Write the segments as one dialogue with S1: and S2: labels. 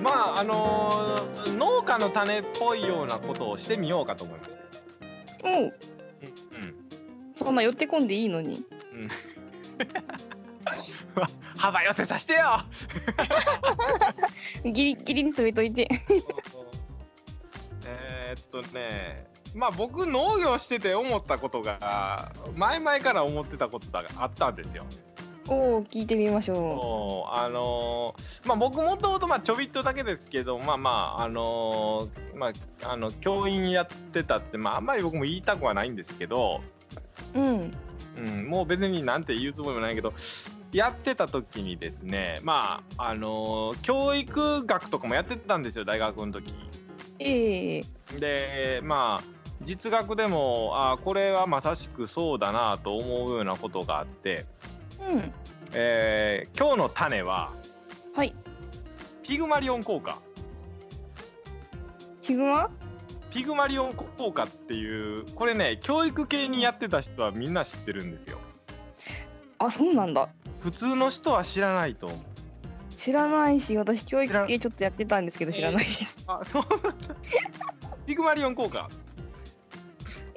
S1: まああのー農家の種っぽいようなことをしてみようかと思いました。
S2: おう
S1: うん、
S2: そんな寄ってこんでいいのに
S1: 幅寄せさせてよ。
S2: ギリギリに詰めといて
S1: えーっとねまあ僕農業してて思ったことが前々から思ってたことがあったんですよ。
S2: おお聞いてみましょ
S1: そうあのーまあ僕もともとまあちょびっとだけですけどまあまああのーまああの教員やってたってまああんまり僕も言いたくはないんですけど、
S2: ううん
S1: うん、もう別になんて言うつもりもないけどやってた時にですねまああのー教育学とかもやってたんですよ大学の時。
S2: ええ
S1: でまあ実学でもあこれはまさしくそうだなと思うようなことがあって、
S2: うん
S1: えー今日の種は
S2: はい
S1: ピグマリオン効果
S2: ヒグマ
S1: ピグマリオン効果っていうこれね教育系にやってた人はみんな知ってるんですよ
S2: あそうなんだ
S1: 普通の人は知らないと思う
S2: 知らないし私教
S1: 知ら
S2: 育
S1: ん
S2: 系ちょっとやってたんですけど知らないです
S1: あそうピグマリオン効果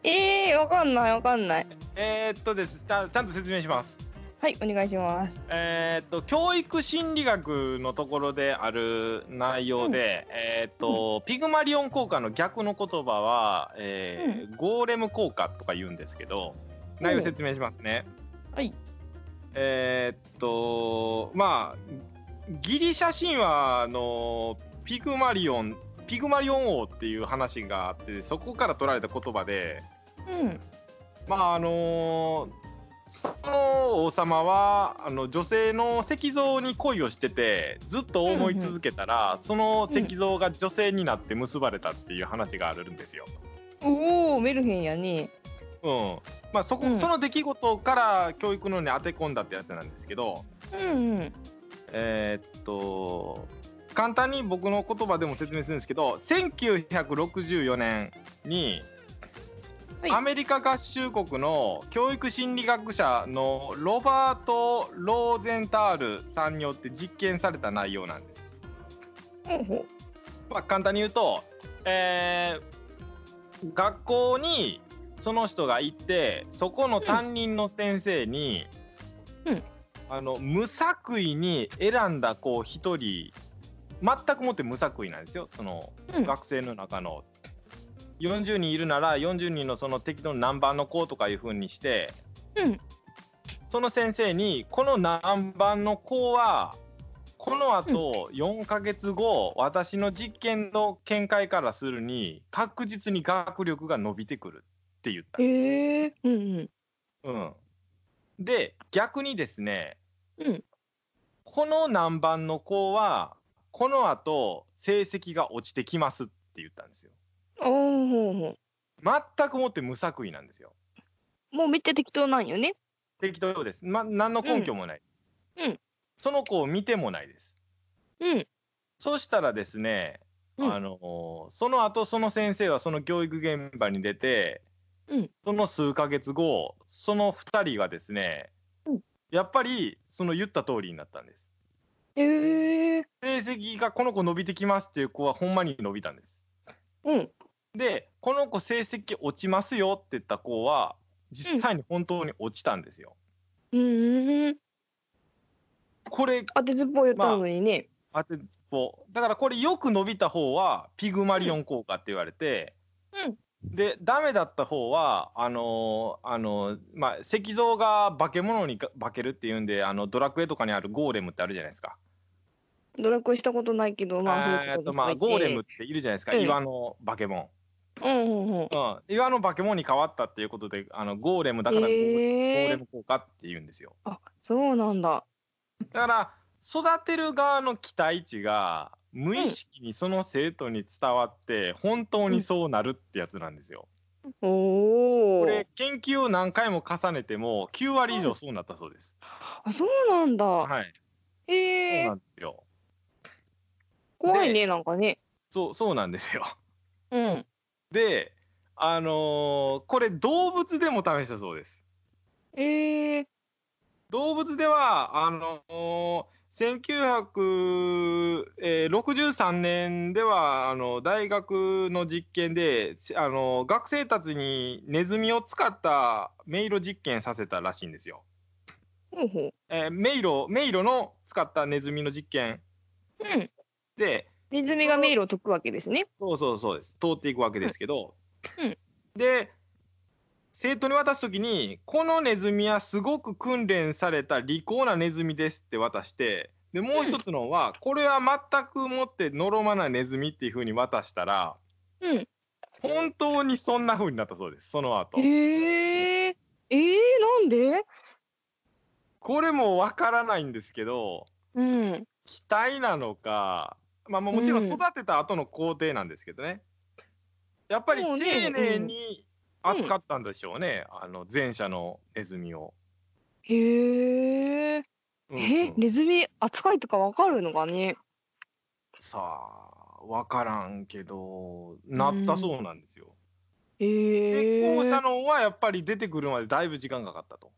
S2: ええー、わかんないわかんない
S1: えーっとですちゃんちゃんと説明します
S2: はいお願いします
S1: えーっと教育心理学のところである内容で、えーっとピグマリオン効果の逆の言葉は、えーゴーレム効果とか言うんですけど内容説明しますね。
S2: はい
S1: えーっとまあギリシャ神話のピグマリオンピグマリオン王っていう話があってそこから取られた言葉で
S2: うん
S1: まああのーその王様はあの女性の石像に恋をしててずっと思い続けたら、その石像が女性になって結ばれたっていう話があるんですよ。
S2: おおメルヘンやね
S1: うんまあ、そこ、
S2: うん
S1: その出来事から教育のに当て込んだってやつなんですけど、
S2: うんうん
S1: えーっと簡単に僕の言葉でも説明するんですけど1964年に
S2: はい
S1: アメリカ合衆国の教育心理学者のロバート・ローゼンタールさんによって実験された内容なんです。
S2: ほうほ
S1: まあ、簡単に言うと、えー学校にその人が行ってそこの担任の先生に、
S2: うん
S1: あの無作為に選んだ子一人全くもって無作為なんですよその
S2: ううん
S1: 学生の中の。40人いるなら40人のその適当な何番の子とかいう風にして、
S2: うん
S1: その先生にこの何番の子はこのあと4ヶ月後、私の実験の見解からするに確実に学力が伸びてくるって言ったんですよ
S2: へえうんうん
S1: うん、で逆にですね、
S2: うん
S1: この何番の子はこのあと成績が落ちてきますって言ったんですよ。
S2: おおほうほ
S1: 全くもって無作為なんですよ。
S2: うもうめっちゃ適当なんよね
S1: 適当です。ま、何の根拠もない。
S2: うんうん
S1: その子を見てもないです。
S2: うん
S1: そしたらですね、
S2: うん
S1: あのその後その先生はその教育現場に出て、
S2: うん
S1: その数ヶ月後その2人がですね、
S2: うん
S1: やっぱりその言った通りになったんです
S2: へえ
S1: 成績がこの子伸びてきますっていう子はほんまに伸びたんです
S2: うん
S1: でこの子成績落ちますよって言った子は実際に本当に落ちたんですよ、
S2: うーん
S1: これ
S2: 当てずっぽう言ったのにね、
S1: 当てっぽだからこれよく伸びた方はピグマリオン効果って言われて、
S2: うん
S1: でダメだった方はあのーあのーまあ、石像が化け物にか化けるっていうんであのドラクエとかにあるゴーレムってあるじゃないですか。
S2: ドラクエしたことないけどまあそうい
S1: え
S2: う
S1: ー
S2: こ
S1: っ
S2: と
S1: と
S2: にし
S1: ま
S2: と
S1: あ
S2: いて
S1: ゴーレムっているじゃないですか、
S2: うん
S1: 岩の化け物、
S2: うんうんうん
S1: うん。岩の化け物に変わったっていうことであのゴーレムだからゴー,、ゴー
S2: へ
S1: レ
S2: え
S1: ム効果っていうんですよ。
S2: あそうなんだ
S1: だから育てる側の期待値が無意識にその生徒に伝わって本当にそうなるってやつなんですよ。
S2: お
S1: こ
S2: お
S1: れ研究を何回も重ねても9割以上そうなったそうです。
S2: あそうなんだ、
S1: はい、そう
S2: へえ
S1: なんですよ。
S2: 怖いねなんかね
S1: そうそうなんですよ。
S2: うん
S1: で、あのーこれ動物でも試したそうです。
S2: えー、
S1: 動物ではあの1963年ではあの大学の実験であの学生たちにネズミを使った迷路実験させたらしいんですよ。
S2: ほうほう。
S1: えー迷路迷路の使ったネズミの実験
S2: うん。
S1: で
S2: ネズミが迷路を解くわけですね。
S1: そうそうそうです通っていくわけですけど、
S2: うんうん
S1: で生徒に渡す時に「このネズミはすごく訓練された利口なネズミです」って渡してでもう一つのは「これは全くもってのろまなネズミ」っていうふうに渡したら
S2: うん。
S1: 本当にそんなふうになったそうですその後
S2: へえ。えー、なんで？
S1: これもわからないんですけど
S2: うん。
S1: 期待なのか、まあ、まあもちろん
S2: うん
S1: 育てた後の工程なんですけどね、やっぱり
S2: もうね
S1: 丁寧に
S2: うん
S1: 扱ったんでしょうね、あの前者のネズミを。
S2: へえ。
S1: うんうん
S2: え、ネズミ扱いとかわかるのかね。
S1: さあ分からんけどなったそうなんですよ。
S2: へ
S1: で後
S2: え。
S1: 者のはやっぱり出てくるまでだいぶ時間かかったと。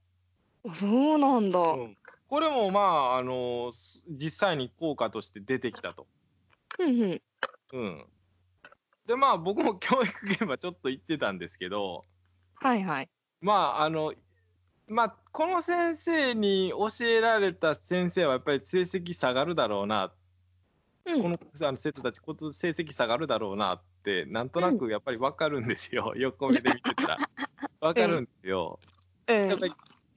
S2: そうなんだ。
S1: うんこれもまああの実際に効果として出てきたと。
S2: うんうん。
S1: うん、でまあ僕も教育現場ちょっと行ってたんですけど。
S2: はいはい。
S1: まああのまあこの先生に教えられた先生はやっぱり成績下がるだろうな、
S2: うん。
S1: このあの生徒たちこつ成績下がるだろうなってなんとなくやっぱり分かるんですよ、横目で見てたら分かるんですよ、
S2: うん
S1: やっぱり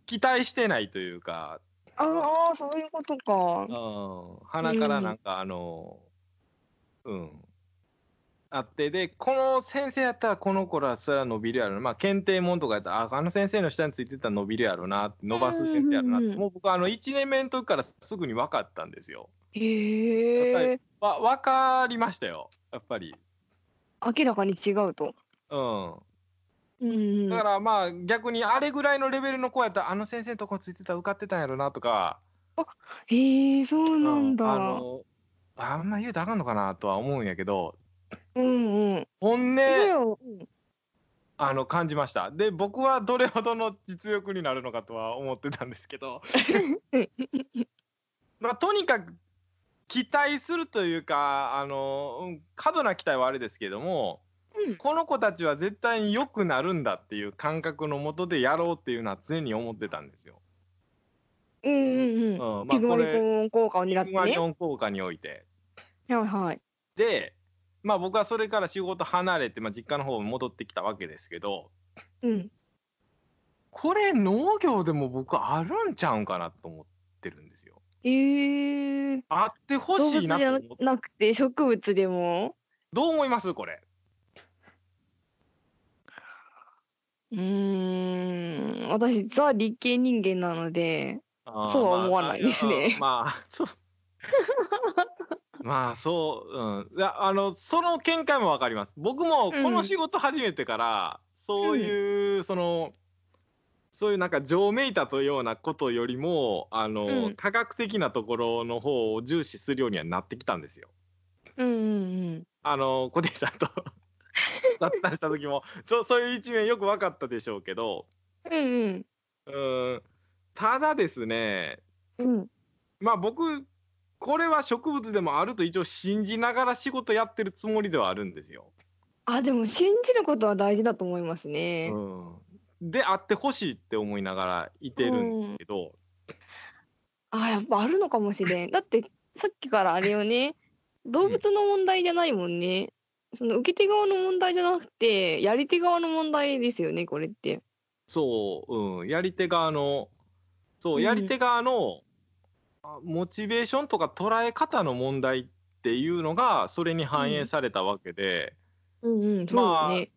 S1: 期待してないというか、
S2: ああ、そういうことか
S1: う。ん、鼻からなんかあのうんあってでこの先生やったらこの子らそれは伸びるやろなまあ検定門とかやったらああの先生の下についてたら伸びるやろな伸ばす先生やろなっ
S2: う
S1: て
S2: んうんうん
S1: もう僕あの1年目の時からすぐに分かったんですよ。やっ
S2: へえ。
S1: わ分かりましたよやっぱり。
S2: 明らかに違うと。
S1: うん、
S2: うん。
S1: だからまあ逆にあれぐらいのレベルの子やったらあの先生のとこついてたら受かってたんやろなとか
S2: へえ、そうなん
S1: う
S2: だ。
S1: んあのあんま言うとあかんのかなとは思うんやけど
S2: うんうん。
S1: 本音
S2: それをうん
S1: あの感じましたで僕はどれほどの実力になるのかとは思ってたんですけ どまあとにかく期待するというかあのうん過度な期待はあれですけども、
S2: うん
S1: この子たちは絶対に良くなるんだっていう感覚のもとでやろうっていうのは常に思ってたんですよ。
S2: うんうんうん。
S1: うんま
S2: ピ
S1: あ、
S2: グ
S1: こ
S2: マリ
S1: れ
S2: オン効果を狙っ
S1: ピ
S2: て
S1: グマリ
S2: ね。
S1: オン効果において。
S2: はいはい。
S1: で、まあ、僕はそれから仕事離れて、まあ、実家の方に戻ってきたわけですけど
S2: うん。
S1: これ農業でも僕あるんちゃうんかなと思ってるんですよ。
S2: ええ。
S1: あってほ
S2: 動
S1: し
S2: 物
S1: い
S2: じ
S1: なと
S2: ゃ
S1: 思
S2: な
S1: って
S2: なくて植物でも。
S1: どう思いますこれ
S2: うーん。私ザ理系人間なので。そうは思わないですね
S1: まあ、まあ そうまあそううんいやあのその見解もわかります僕もこの仕事始めてから、そういう、そのそういうなんか情めいたというようなことよりもあの、
S2: うん
S1: 科学的なところの方を重視するようにはなってきたんですよ。
S2: うんうん
S1: あの小手さんと 雑談した時もちょそういう一面よく分かったでしょうけど、
S2: うん。うんうん。
S1: うんただですね
S2: うん。
S1: まあ僕これは植物でもあると一応信じながら仕事やってるつもりではあるんですよ。
S2: あ、でも信じることは大事だと思います
S1: う
S2: ね。
S1: ん、であってほしいって思いながらいてるんですけど、
S2: あやっぱあるのかもしれん。だってさっきからあれよね動物の問題じゃないもんね。その受け手側の問題じゃなくてやり手側の問題ですよねこれって。
S1: そう、うん、やり手側のそううんやり手側の、あモチベーションとか捉え方の問題っていうのがそれに反映されたわけで、
S2: うんうんそうよね。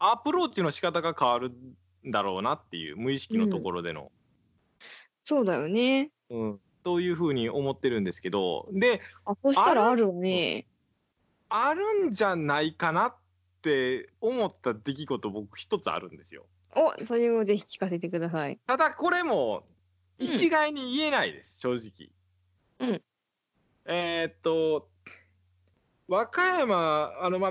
S1: アプローチの仕方が変わるんだろうなっていう無意識のところでの。
S2: そうだよね。
S1: うん、というふうに思ってるんですけどで
S2: あそしたら
S1: あ
S2: あるわね。
S1: あるんじゃないかなって思った出来事僕一つあるんですよ。
S2: おそれをぜひ聞かせてください。
S1: ただこれも
S2: うん
S1: 一概に言えないです、正直。
S2: うん
S1: えーっと和歌山あのまあ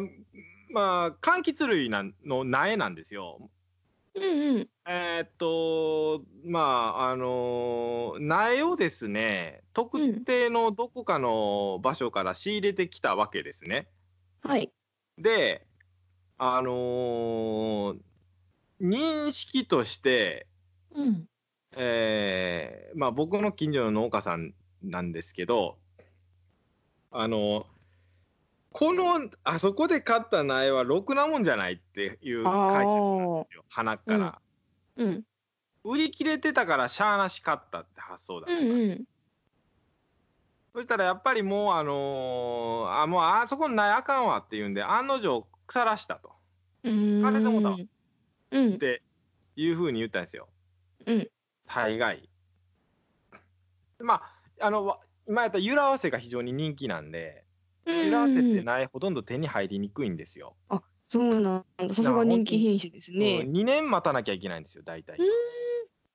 S1: まあ柑橘類なんの苗なんですよ。
S2: うんうん。
S1: えーっとまああのー苗をですね特定のどこかの場所から仕入れてきたわけですね。
S2: はい。
S1: であのー認識として、
S2: うん。
S1: えーまあ、僕の近所の農家さんなんですけどあのこのあそこで買った苗はろくなもんじゃないっていう会社なんですよ花から。
S2: うんうん。
S1: 売り切れてたからしゃあなし買ったって発想だ、
S2: うんうん。
S1: そしたらやっぱりもうあのーあもうあそこないあかんわっていうんで案の定腐らしたと
S2: うーん。
S1: あれでもだ
S2: うん
S1: で。いうふうに言ったんですよ、
S2: うん、
S1: 大概まああのわ今やったら揺ら合わせが非常に人気なんで揺ら合わせって
S2: な。
S1: ないほとんど手に入りにくいんですよ、
S2: そうなんだ。さすが人気品種ですね。
S1: 2年待たなきゃいけないんですよ大体、
S2: うん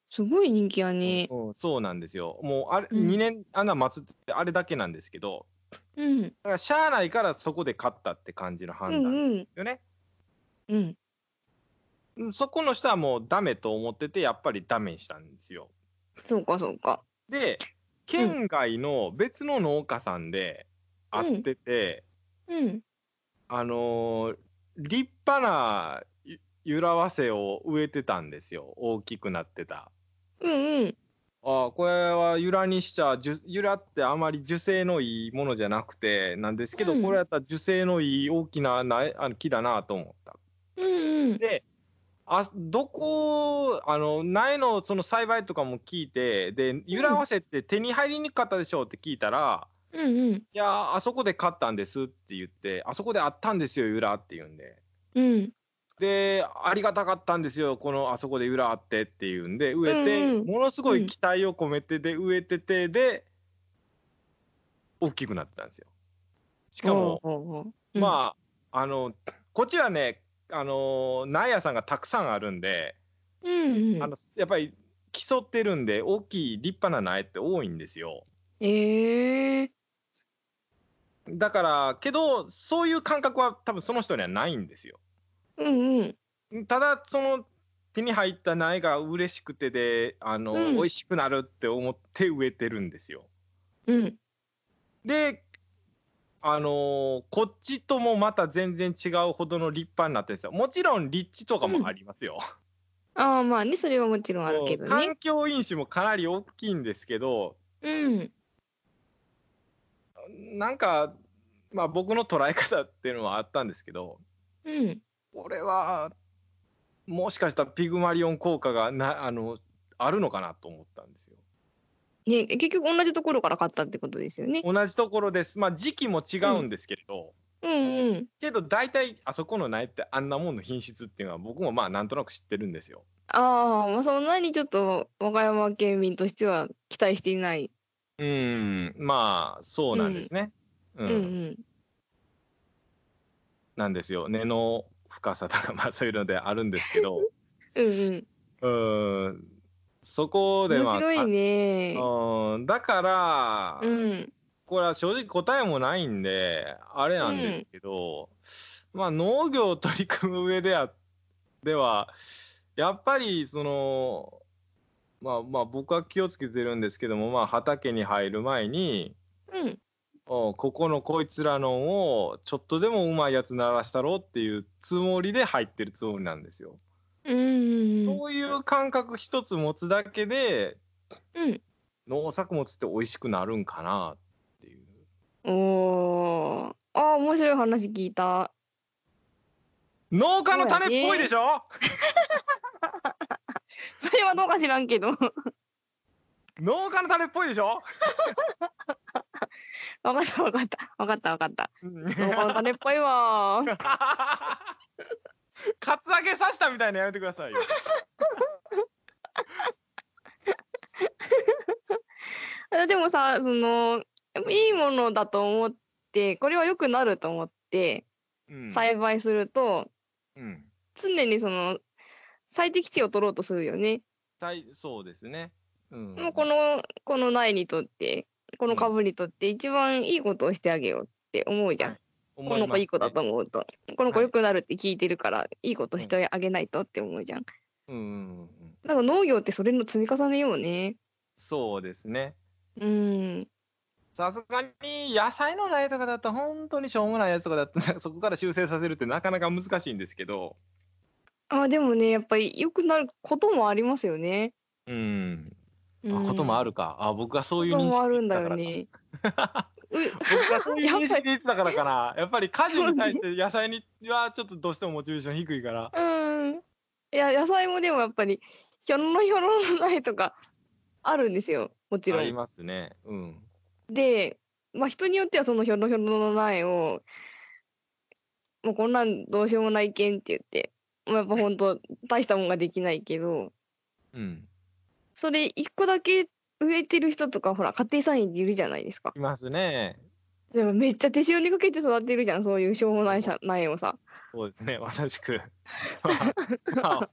S2: すごい人気やね。
S1: うん、そうなんですよもうあれ、
S2: うん
S1: 2年あんな待つってあれだけなんですけど
S2: うん。
S1: だからしゃあないからそこで勝ったって感じの
S2: う
S1: 判
S2: ん
S1: 断で
S2: うん。
S1: すよね。
S2: うん。
S1: うんそこの人はもうダメと思っててやっぱりダメにしたんですよ。
S2: そうかそうか。
S1: で県外の別の農家さんで会ってて、
S2: うん。
S1: あのー立派なゆ揺らわせを植えてたんですよ大きくなってた。
S2: うんうん。
S1: ああこれは揺らにしちゃじゅ揺らってあまり樹勢のいいものじゃなくてなんですけど、
S2: うん
S1: これやったら樹勢のいい大きな苗あの木だなと思った。
S2: うんうん。
S1: であどこあの苗のその栽培とかも聞いてで揺らわせって手に入りにくかったでしょうって聞いたら「
S2: うんうん。
S1: いやあそこで買ったんです」って言って「あそこであったんですよ揺ら」って言うんで。
S2: うん。
S1: でありがたかったんですよこのあそこで裏あってっていうんで植えて、
S2: うんうん
S1: ものすごい期待を込めてで植えててで大きくなってたんですよ。しかも、
S2: もあ。
S1: まああのこっちはねあの苗屋さんがたくさんあるんで、
S2: うんう
S1: あ
S2: ん
S1: の。やっぱり競ってるんで大きい立派な苗って多いんですよ
S2: ええ。
S1: だからけどそういう感覚は多分その人にはないんですよ
S2: うんうん。
S1: ただその手に入った苗が嬉しくてであの、
S2: うん
S1: 美味しくなるって思って植えてるんですよ
S2: うん。
S1: であのーこっちともまた全然違うほどの立派になってるんですよもちろん立地とかもありますよ、
S2: ああまあねそれはもちろんあるけどね。
S1: 環境因子もかなり大きいんですけど
S2: うん。
S1: なんか、まあ、僕の捉え方っていうのはあったんですけど
S2: うん。
S1: これはもしかしたらピグマリオン効果がなあのあるのかなと思ったんですよ。
S2: ね結局同じところから買ったってことですよね。
S1: 同じところです、まあ、時期も違うんですけれど、
S2: うんうん。
S1: けど大体あそこの苗ってあんなもんの品質っていうのは僕もまあなんとなく知ってるんですよ。
S2: ああまあそんなにちょっと和歌山県民としては期待していない。
S1: うんまあそうなんですね。う
S2: うんんうん。
S1: なんですよ根の深さとかまあそういうのであるんですけど
S2: うんうん。
S1: うんそこで
S2: 面
S1: まあ
S2: 白いね。
S1: うんだから、
S2: うん。
S1: これは正直答えもないんであれなんですけど、まあ農業を取り組む上ではではやっぱりそのまあまあ僕は気をつけてるんですけども、まあ、畑に入る前に
S2: うん。
S1: おここのこいつらのんをちょっとでもうまいやつ鳴らしたろうっていうつもりで入ってるつもりなんですよ。
S2: うんうんうん。
S1: そういう感覚一つ持つだけで
S2: うん。
S1: 農作物って美味しくなるんかなっていう。
S2: おーああ面白い話聞いた。
S1: 農家の種っぽいでしょ
S2: それはどうか知らんけど
S1: 農家の種っぽいでしょ
S2: わかったわかったわかったわかった。なんかお金っぽいわー。
S1: カツアゲ刺したみたいなのやめてくださいよ。
S2: あでもさそのいいものだと思ってこれは良くなると思って
S1: うん
S2: 栽培すると、
S1: うん
S2: 常にその最適値を取ろうとするよね。
S1: 栽そうですね。うん
S2: もうこのこの苗にとってこ
S1: うん
S2: の株にとって一番いいことをしてあげようって思うじゃん。
S1: は
S2: この子いい子だと。思うと、この子
S1: はい
S2: 良くなるって聞いてるから、いいことしてあげないとって思うじゃん。
S1: 思うんうんうん、
S2: なんか農業ってそれの積み重ねよね。
S1: そうですね。
S2: うん。
S1: さすがに野菜の苗とかだったら本当にしょうもないやつとかだったらそこから修正させるってなかなか難しいんですけど、
S2: あでもねやっぱり良くなることもありますよね。
S1: うん、
S2: う
S1: あ
S2: ん、
S1: こともあるかあ僕がそう
S2: こ
S1: いう
S2: と
S1: 認識
S2: もあるん
S1: だ
S2: だ
S1: ったか
S2: よ
S1: らか
S2: ね。
S1: 僕がそういう認識で言ってたからかな。 やっぱり家事に対し
S2: そ
S1: て野菜にはちょっとどうしてもモチベーション低いから。
S2: うん。いや野菜もでもやっぱりひょろひょろの苗とかあるんですよもちろ
S1: あり
S2: ん。
S1: ますね。うん。
S2: で、まあ、人によってはそのひょろひょろの苗をもうこんなんどうしようもないけんって言って、まあ、やっぱほんと大したもんができないけど
S1: うん。
S2: それ一個だけ植えてる人とかほら家庭菜園でいるじゃないですか。
S1: いますね。
S2: でもめっちゃ手塩にかけて育てるじゃんそういうしょうもないさ苗をさ。
S1: そうですね。 私く。ま あ、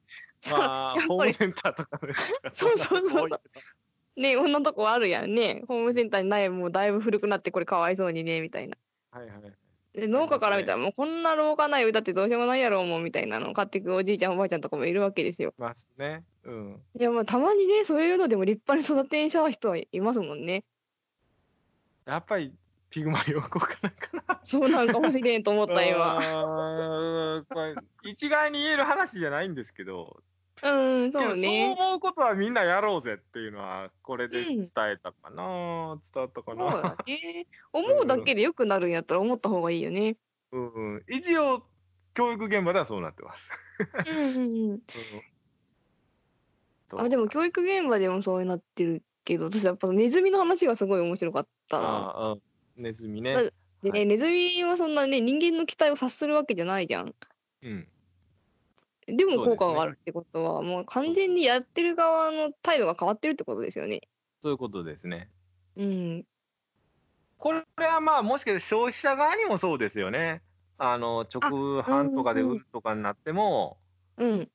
S1: まあ、
S2: やっぱり
S1: ホームセンターとかで。
S2: そうそうそう
S1: 多
S2: そうねこんなとこあるやんねホームセンターに苗もうだいぶ古くなってこれかわいそうにねみたいな。
S1: い。はいはい。
S2: で農家から見たらもうこんな廊下ない歌ってどうしようもないやろうもうみたいなのを買ってくおじいちゃんおばあちゃんとかもいるわけですよ。
S1: いますね。うん。
S2: いやまあたまにねそういうのでも立派に育てんしゃう人はいますもんね。
S1: やっぱり。ピグマリオン効果なんかな。
S2: そうなんかもしれんと思っ た今。
S1: うーんこれ一概に言える話じゃないんですけど、
S2: うんそう
S1: けど
S2: ね。
S1: そう思うことはみんなやろうぜっていうのはこれで伝えたかな、伝わったか
S2: そう
S1: な
S2: だね。思うだけで良くなるんやったら思った方がいいよね。
S1: うん、うん、一応教育現場ではそうなってます、
S2: うんうんうん。
S1: うん
S2: あでも教育現場でもそうなってるけど私やっぱネズミの話がすごい面白かったな。
S1: ああネズミね
S2: だでね、
S1: はい
S2: ネズミはそんなね人間の期待を察するわけじゃないじゃん。
S1: うん
S2: でも
S1: そうですね
S2: 効果があるってことはもう完全にやってる側の態度が変わってるってことですよね。
S1: そういうことですね
S2: うん、
S1: これはまあもしかして消費者側にもそうですよねあの直販とかで
S2: うんうん
S1: 売るとかになっても、
S2: うん、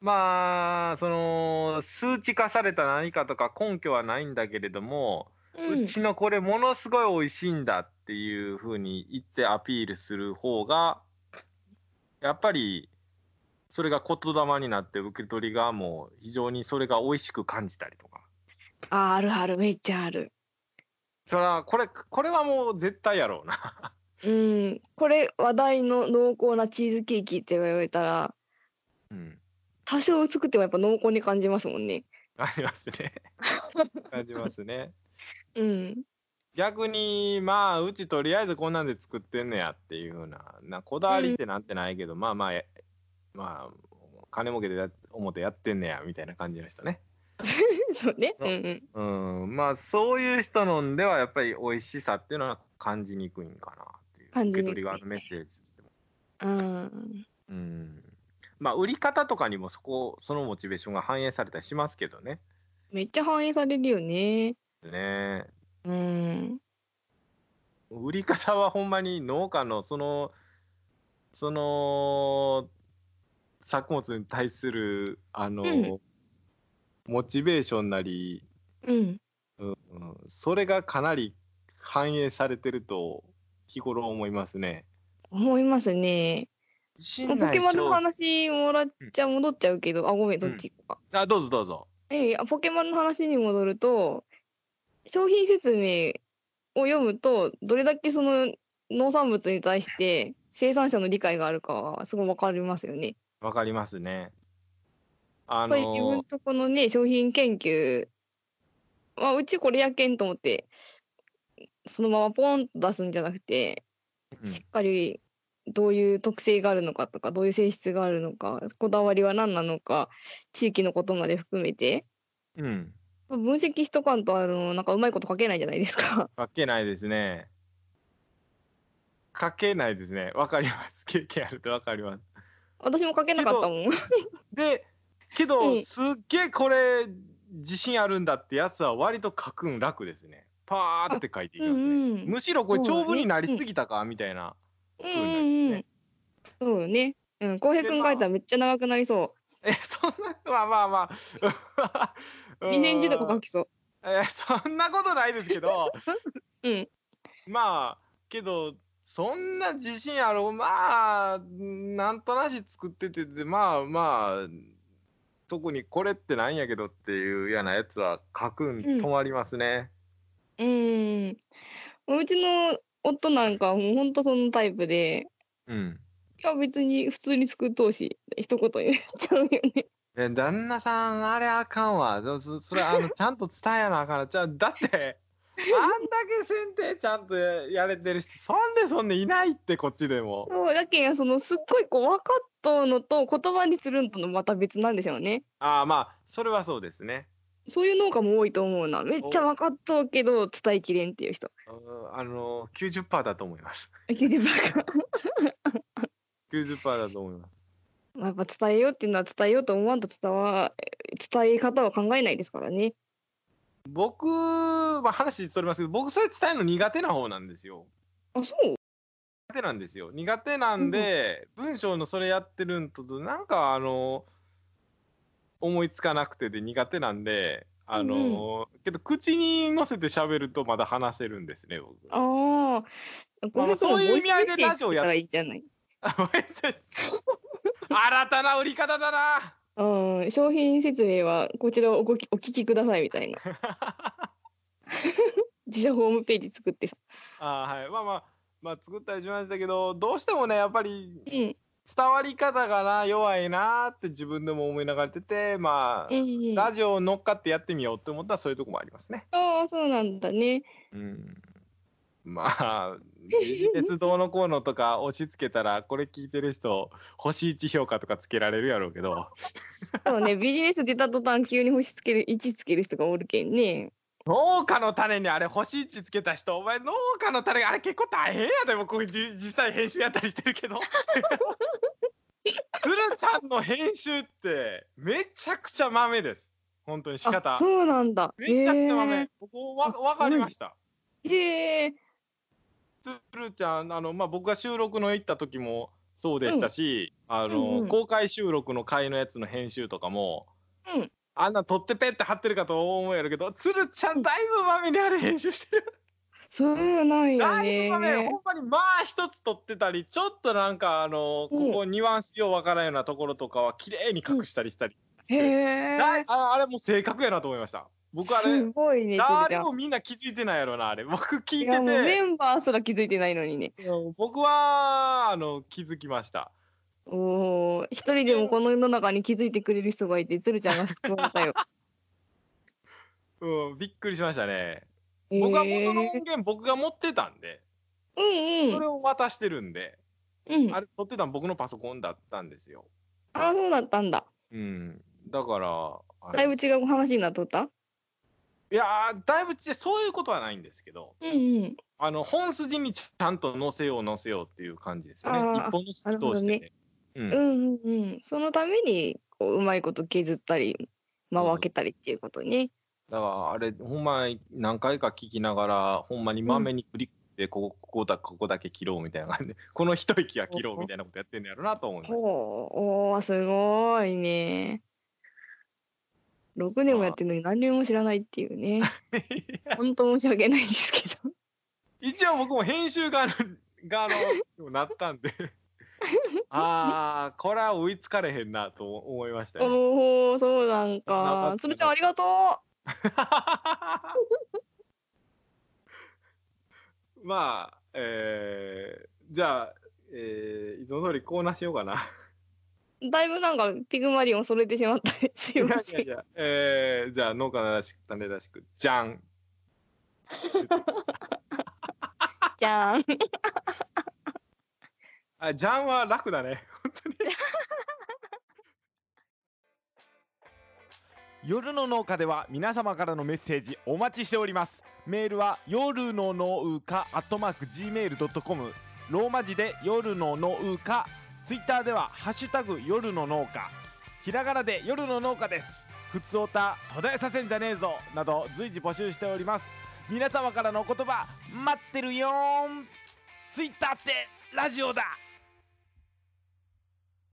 S1: まあその数値化された何かとか根拠はないんだけれども
S2: う、
S1: うんちのこれものすごい美味しいんだっていう風に言ってアピールする方がやっぱりそれが言霊になって受け取り側も非常にそれが美味しく感じたりとか
S2: ああるあるめっちゃある。
S1: それはこれこれはもう絶対やろうな
S2: うん、これ話題の濃厚なチーズケーキって言われたら
S1: うん
S2: 多少薄くてもやっぱ濃厚に感じますもんね。
S1: 感じますね感じますね
S2: うん、
S1: 逆にまあうちとりあえずこんなんで作ってんのやっていう風ななこだわりってなんてないけど、まあまあえまあ金儲けでや表やってんねやみたいな感じでしたね
S2: そうね。うんうん、
S1: うん、まあそういう人のんではやっぱり美味しさっていうのは感じにくいんかなっていう
S2: 感じにく
S1: 受け
S2: い
S1: 取り側のメッセージとしても、
S2: うん、
S1: うん、まあ売り方とかにもそこそのモチベーションが反映されたりしますけどね
S2: めっちゃ反映されるよね。
S1: ね
S2: うん、
S1: 売り方はほんまに農家のそのその作物に対するあの、
S2: うん
S1: モチベーションなり、
S2: うん、
S1: うんうん、それがかなり反映されてると日頃思いますね。
S2: 思いますね。
S1: 信
S2: ポ
S1: 頼
S2: ケマルの
S1: 勝
S2: 話もらっちゃ戻っちゃうけど、あごめんどっち行こうか。
S1: あどうぞどうぞ。
S2: ええあポケモンの話に戻ると商品説明を読むとどれだけその農産物に対して生産者の理解があるかはすごい分かりますよね。
S1: わかりますね。あ
S2: やっぱり自分
S1: の
S2: とこのね商品研究、まあ、うちこれやけんと思ってそのままポンと出すんじゃなくて
S1: うん
S2: しっかりどういう特性があるのかとかどういう性質があるのかこだわりは何なのか地域のことまで含めて
S1: うん
S2: 分析しとかんとあのなんかうまいこと書けないじゃないですか。
S1: 書けないですね。書けないですね。わかります。 経験あるとわかります。
S2: 私も書けなかったもん。
S1: でけど、
S2: うん
S1: すっげえこれ自信あるんだってやつは割と書くん楽ですね。パーって書いていき
S2: う
S1: ますね。
S2: んうん。
S1: むしろこれ
S2: そうね
S1: 長文になりすぎたかみたいな。
S2: うん
S1: 風にな
S2: う
S1: りますね
S2: んうん。そうよね。うん、浩平くん書いたらめっちゃ長くなりそ
S1: えそんなまあまあま あ。
S2: う。
S1: うん
S2: 2センチとか書きそ
S1: えそんなことないですけど
S2: う。うん。
S1: まあけどそんな自信あろうまあなんとなし作っててまあまあ特にこれってなんやけどっていうようなやつは書くん
S2: うん
S1: 止まりますね。
S2: うん。うちの夫なんかはもう本当そのタイプで、
S1: うん。
S2: いや別に普通に作っとうし、一言言っ ちゃうよね。
S1: え旦那さんあれあかんわそそそれあのちゃんと伝えやなあかんなちゃうだってあんだけ選定ちゃんとやれてる人そんでそんでいないってこっちでも
S2: そうだけどそのすっごいこう分かっとうのと言葉にするんとのまた別なんでしょうね。
S1: ああまあそれはそうですね
S2: そういう農家も多いと思うな。めっちゃ分かっとうけど伝えきれんってい う人。
S1: うんあの90%だと思います
S2: 90パーか
S1: 90%だと思います
S2: まあやっぱ伝えようっていうのは伝えようと思わんと伝わ伝え方は考えないですからね。
S1: 僕、まあ、話それますけど僕それ伝えるの苦手な方なんですよ
S2: あそう
S1: 苦手なんですよ苦手なんで、文章のそれやってるんとなんかあの思いつかなくてで苦手なんであの、けど口に乗せて喋るとまだ話せるんですね僕
S2: ああ。
S1: まあまあそういう意味合いでラジオやっ
S2: ったらいいじゃない。
S1: 新たな売り方だな
S2: うん、商品説明はこちらをおごきお聞きくださいみたいな自社ホームページ作ってさ、
S1: あーはいまあまあまあ作ったりしましたけどどうしてもねやっぱり
S2: うん
S1: 伝わり方がな弱いなーって自分でも思いながらやっててまあ、
S2: うん、あ
S1: ラジオ乗っかってやってみようって思ったらそういうとこもありますね。
S2: あそうなんだね
S1: うん、まあ鉄道のコーナーとか押し付けたらこれ聞いてる人星1評価とかつけられるやろうけど
S2: そうねビジネス出た途端急に星つける位置つける人がおるけんね
S1: 農家の種にあれ星1つけた人お前農家の種あれ結構大変やで僕じ実際編集やったりしてるけど。鶴ちゃんの編集ってめちゃくちゃ豆です本当に仕
S2: あ
S1: 方
S2: そうなんだ
S1: めちゃくちゃ
S2: へ
S1: 豆僕わ分かりました。
S2: えへえ
S1: つるちゃんあの、まあ、僕が収録の行った時もそうでしたし、あの
S2: うんうん
S1: 公開収録の回のやつの編集とかも、
S2: うん
S1: あんな取ってペって貼ってるかと思うやるけどつるちゃんだいぶまめにあれ編集してる、
S2: そうなんよ
S1: だいぶまめ
S2: ね
S1: ほんまにまあ一つ取ってたりちょっとなんかあの
S2: うん
S1: ここニュアンスようわからんようなところとかは綺麗に隠したりしたり、
S2: へ
S1: だい
S2: え
S1: ああれもう正確やなと思いました僕あ
S2: す
S1: れ
S2: ごいねちょっとじ
S1: 誰
S2: ゃ
S1: もみんな気づいてないやろなあれ僕聞い
S2: い
S1: てて
S2: やもうメンバーすら気づいてないのにね
S1: いや僕はあの気づきました
S2: おー一人でもこの世の中に気づいてくれる人がいて鶴ちゃんが救われたよ
S1: うん、びっくりしましたね。 僕は元の音
S2: へー
S1: 源僕が持ってたんで、
S2: うんう
S1: そ
S2: ん
S1: れを渡してるんで、
S2: うん
S1: あれ撮ってたの僕のパソコンだったんですよ。
S2: あそうだったんだ。
S1: うん、だから、あれ
S2: だいぶ違う話になっとった。
S1: いやーだいぶちそういうことはないんですけど、
S2: うんうん。
S1: あの本筋にちゃんと載せよう載せようっていう感じですよね。
S2: あー
S1: 一本の筋通してね。うん
S2: うんうんうん。そのためにこううまいこと削ったり間を開けたりっていうことね。
S1: だからあれほんまに何回か聞きながらほんまにまめにクリックでここここだここだけ切ろうみたいな感じで この一息は切ろうみたいなことやってんのやろなと思いました。
S2: ほうおーすごいね。6年もやってるのに何にも知らないっていう ね。本当申し訳ないんですけど。
S1: 一応僕も編集側の側のにもなったんで ああこれは追いつかれへんなと思いました ね。
S2: おおそうなん
S1: なかっ
S2: か
S1: た。
S2: 鶴ちゃんありがとう。
S1: まあえー、じゃあ、えー、いつも通りコーナーしようかな。
S2: だいぶなんかピグマリオンそれてしまったねすいません。
S1: いやいやいやえー、じゃあ農家ならしく種らしくじゃん
S2: じゃん。
S1: あじゃんは楽だね。
S3: 夜の農家では皆様からのメッセージお待ちしておりますメールは夜の農家アットマーク Gmail.com ローマ字で夜の農家ツイッターではハッシュタグ夜の農家ひらがなで夜の農家ですふつおた途絶えさせんじゃねえぞなど随時募集しております皆様からのお言葉待ってるよーんツイッターってラジオだ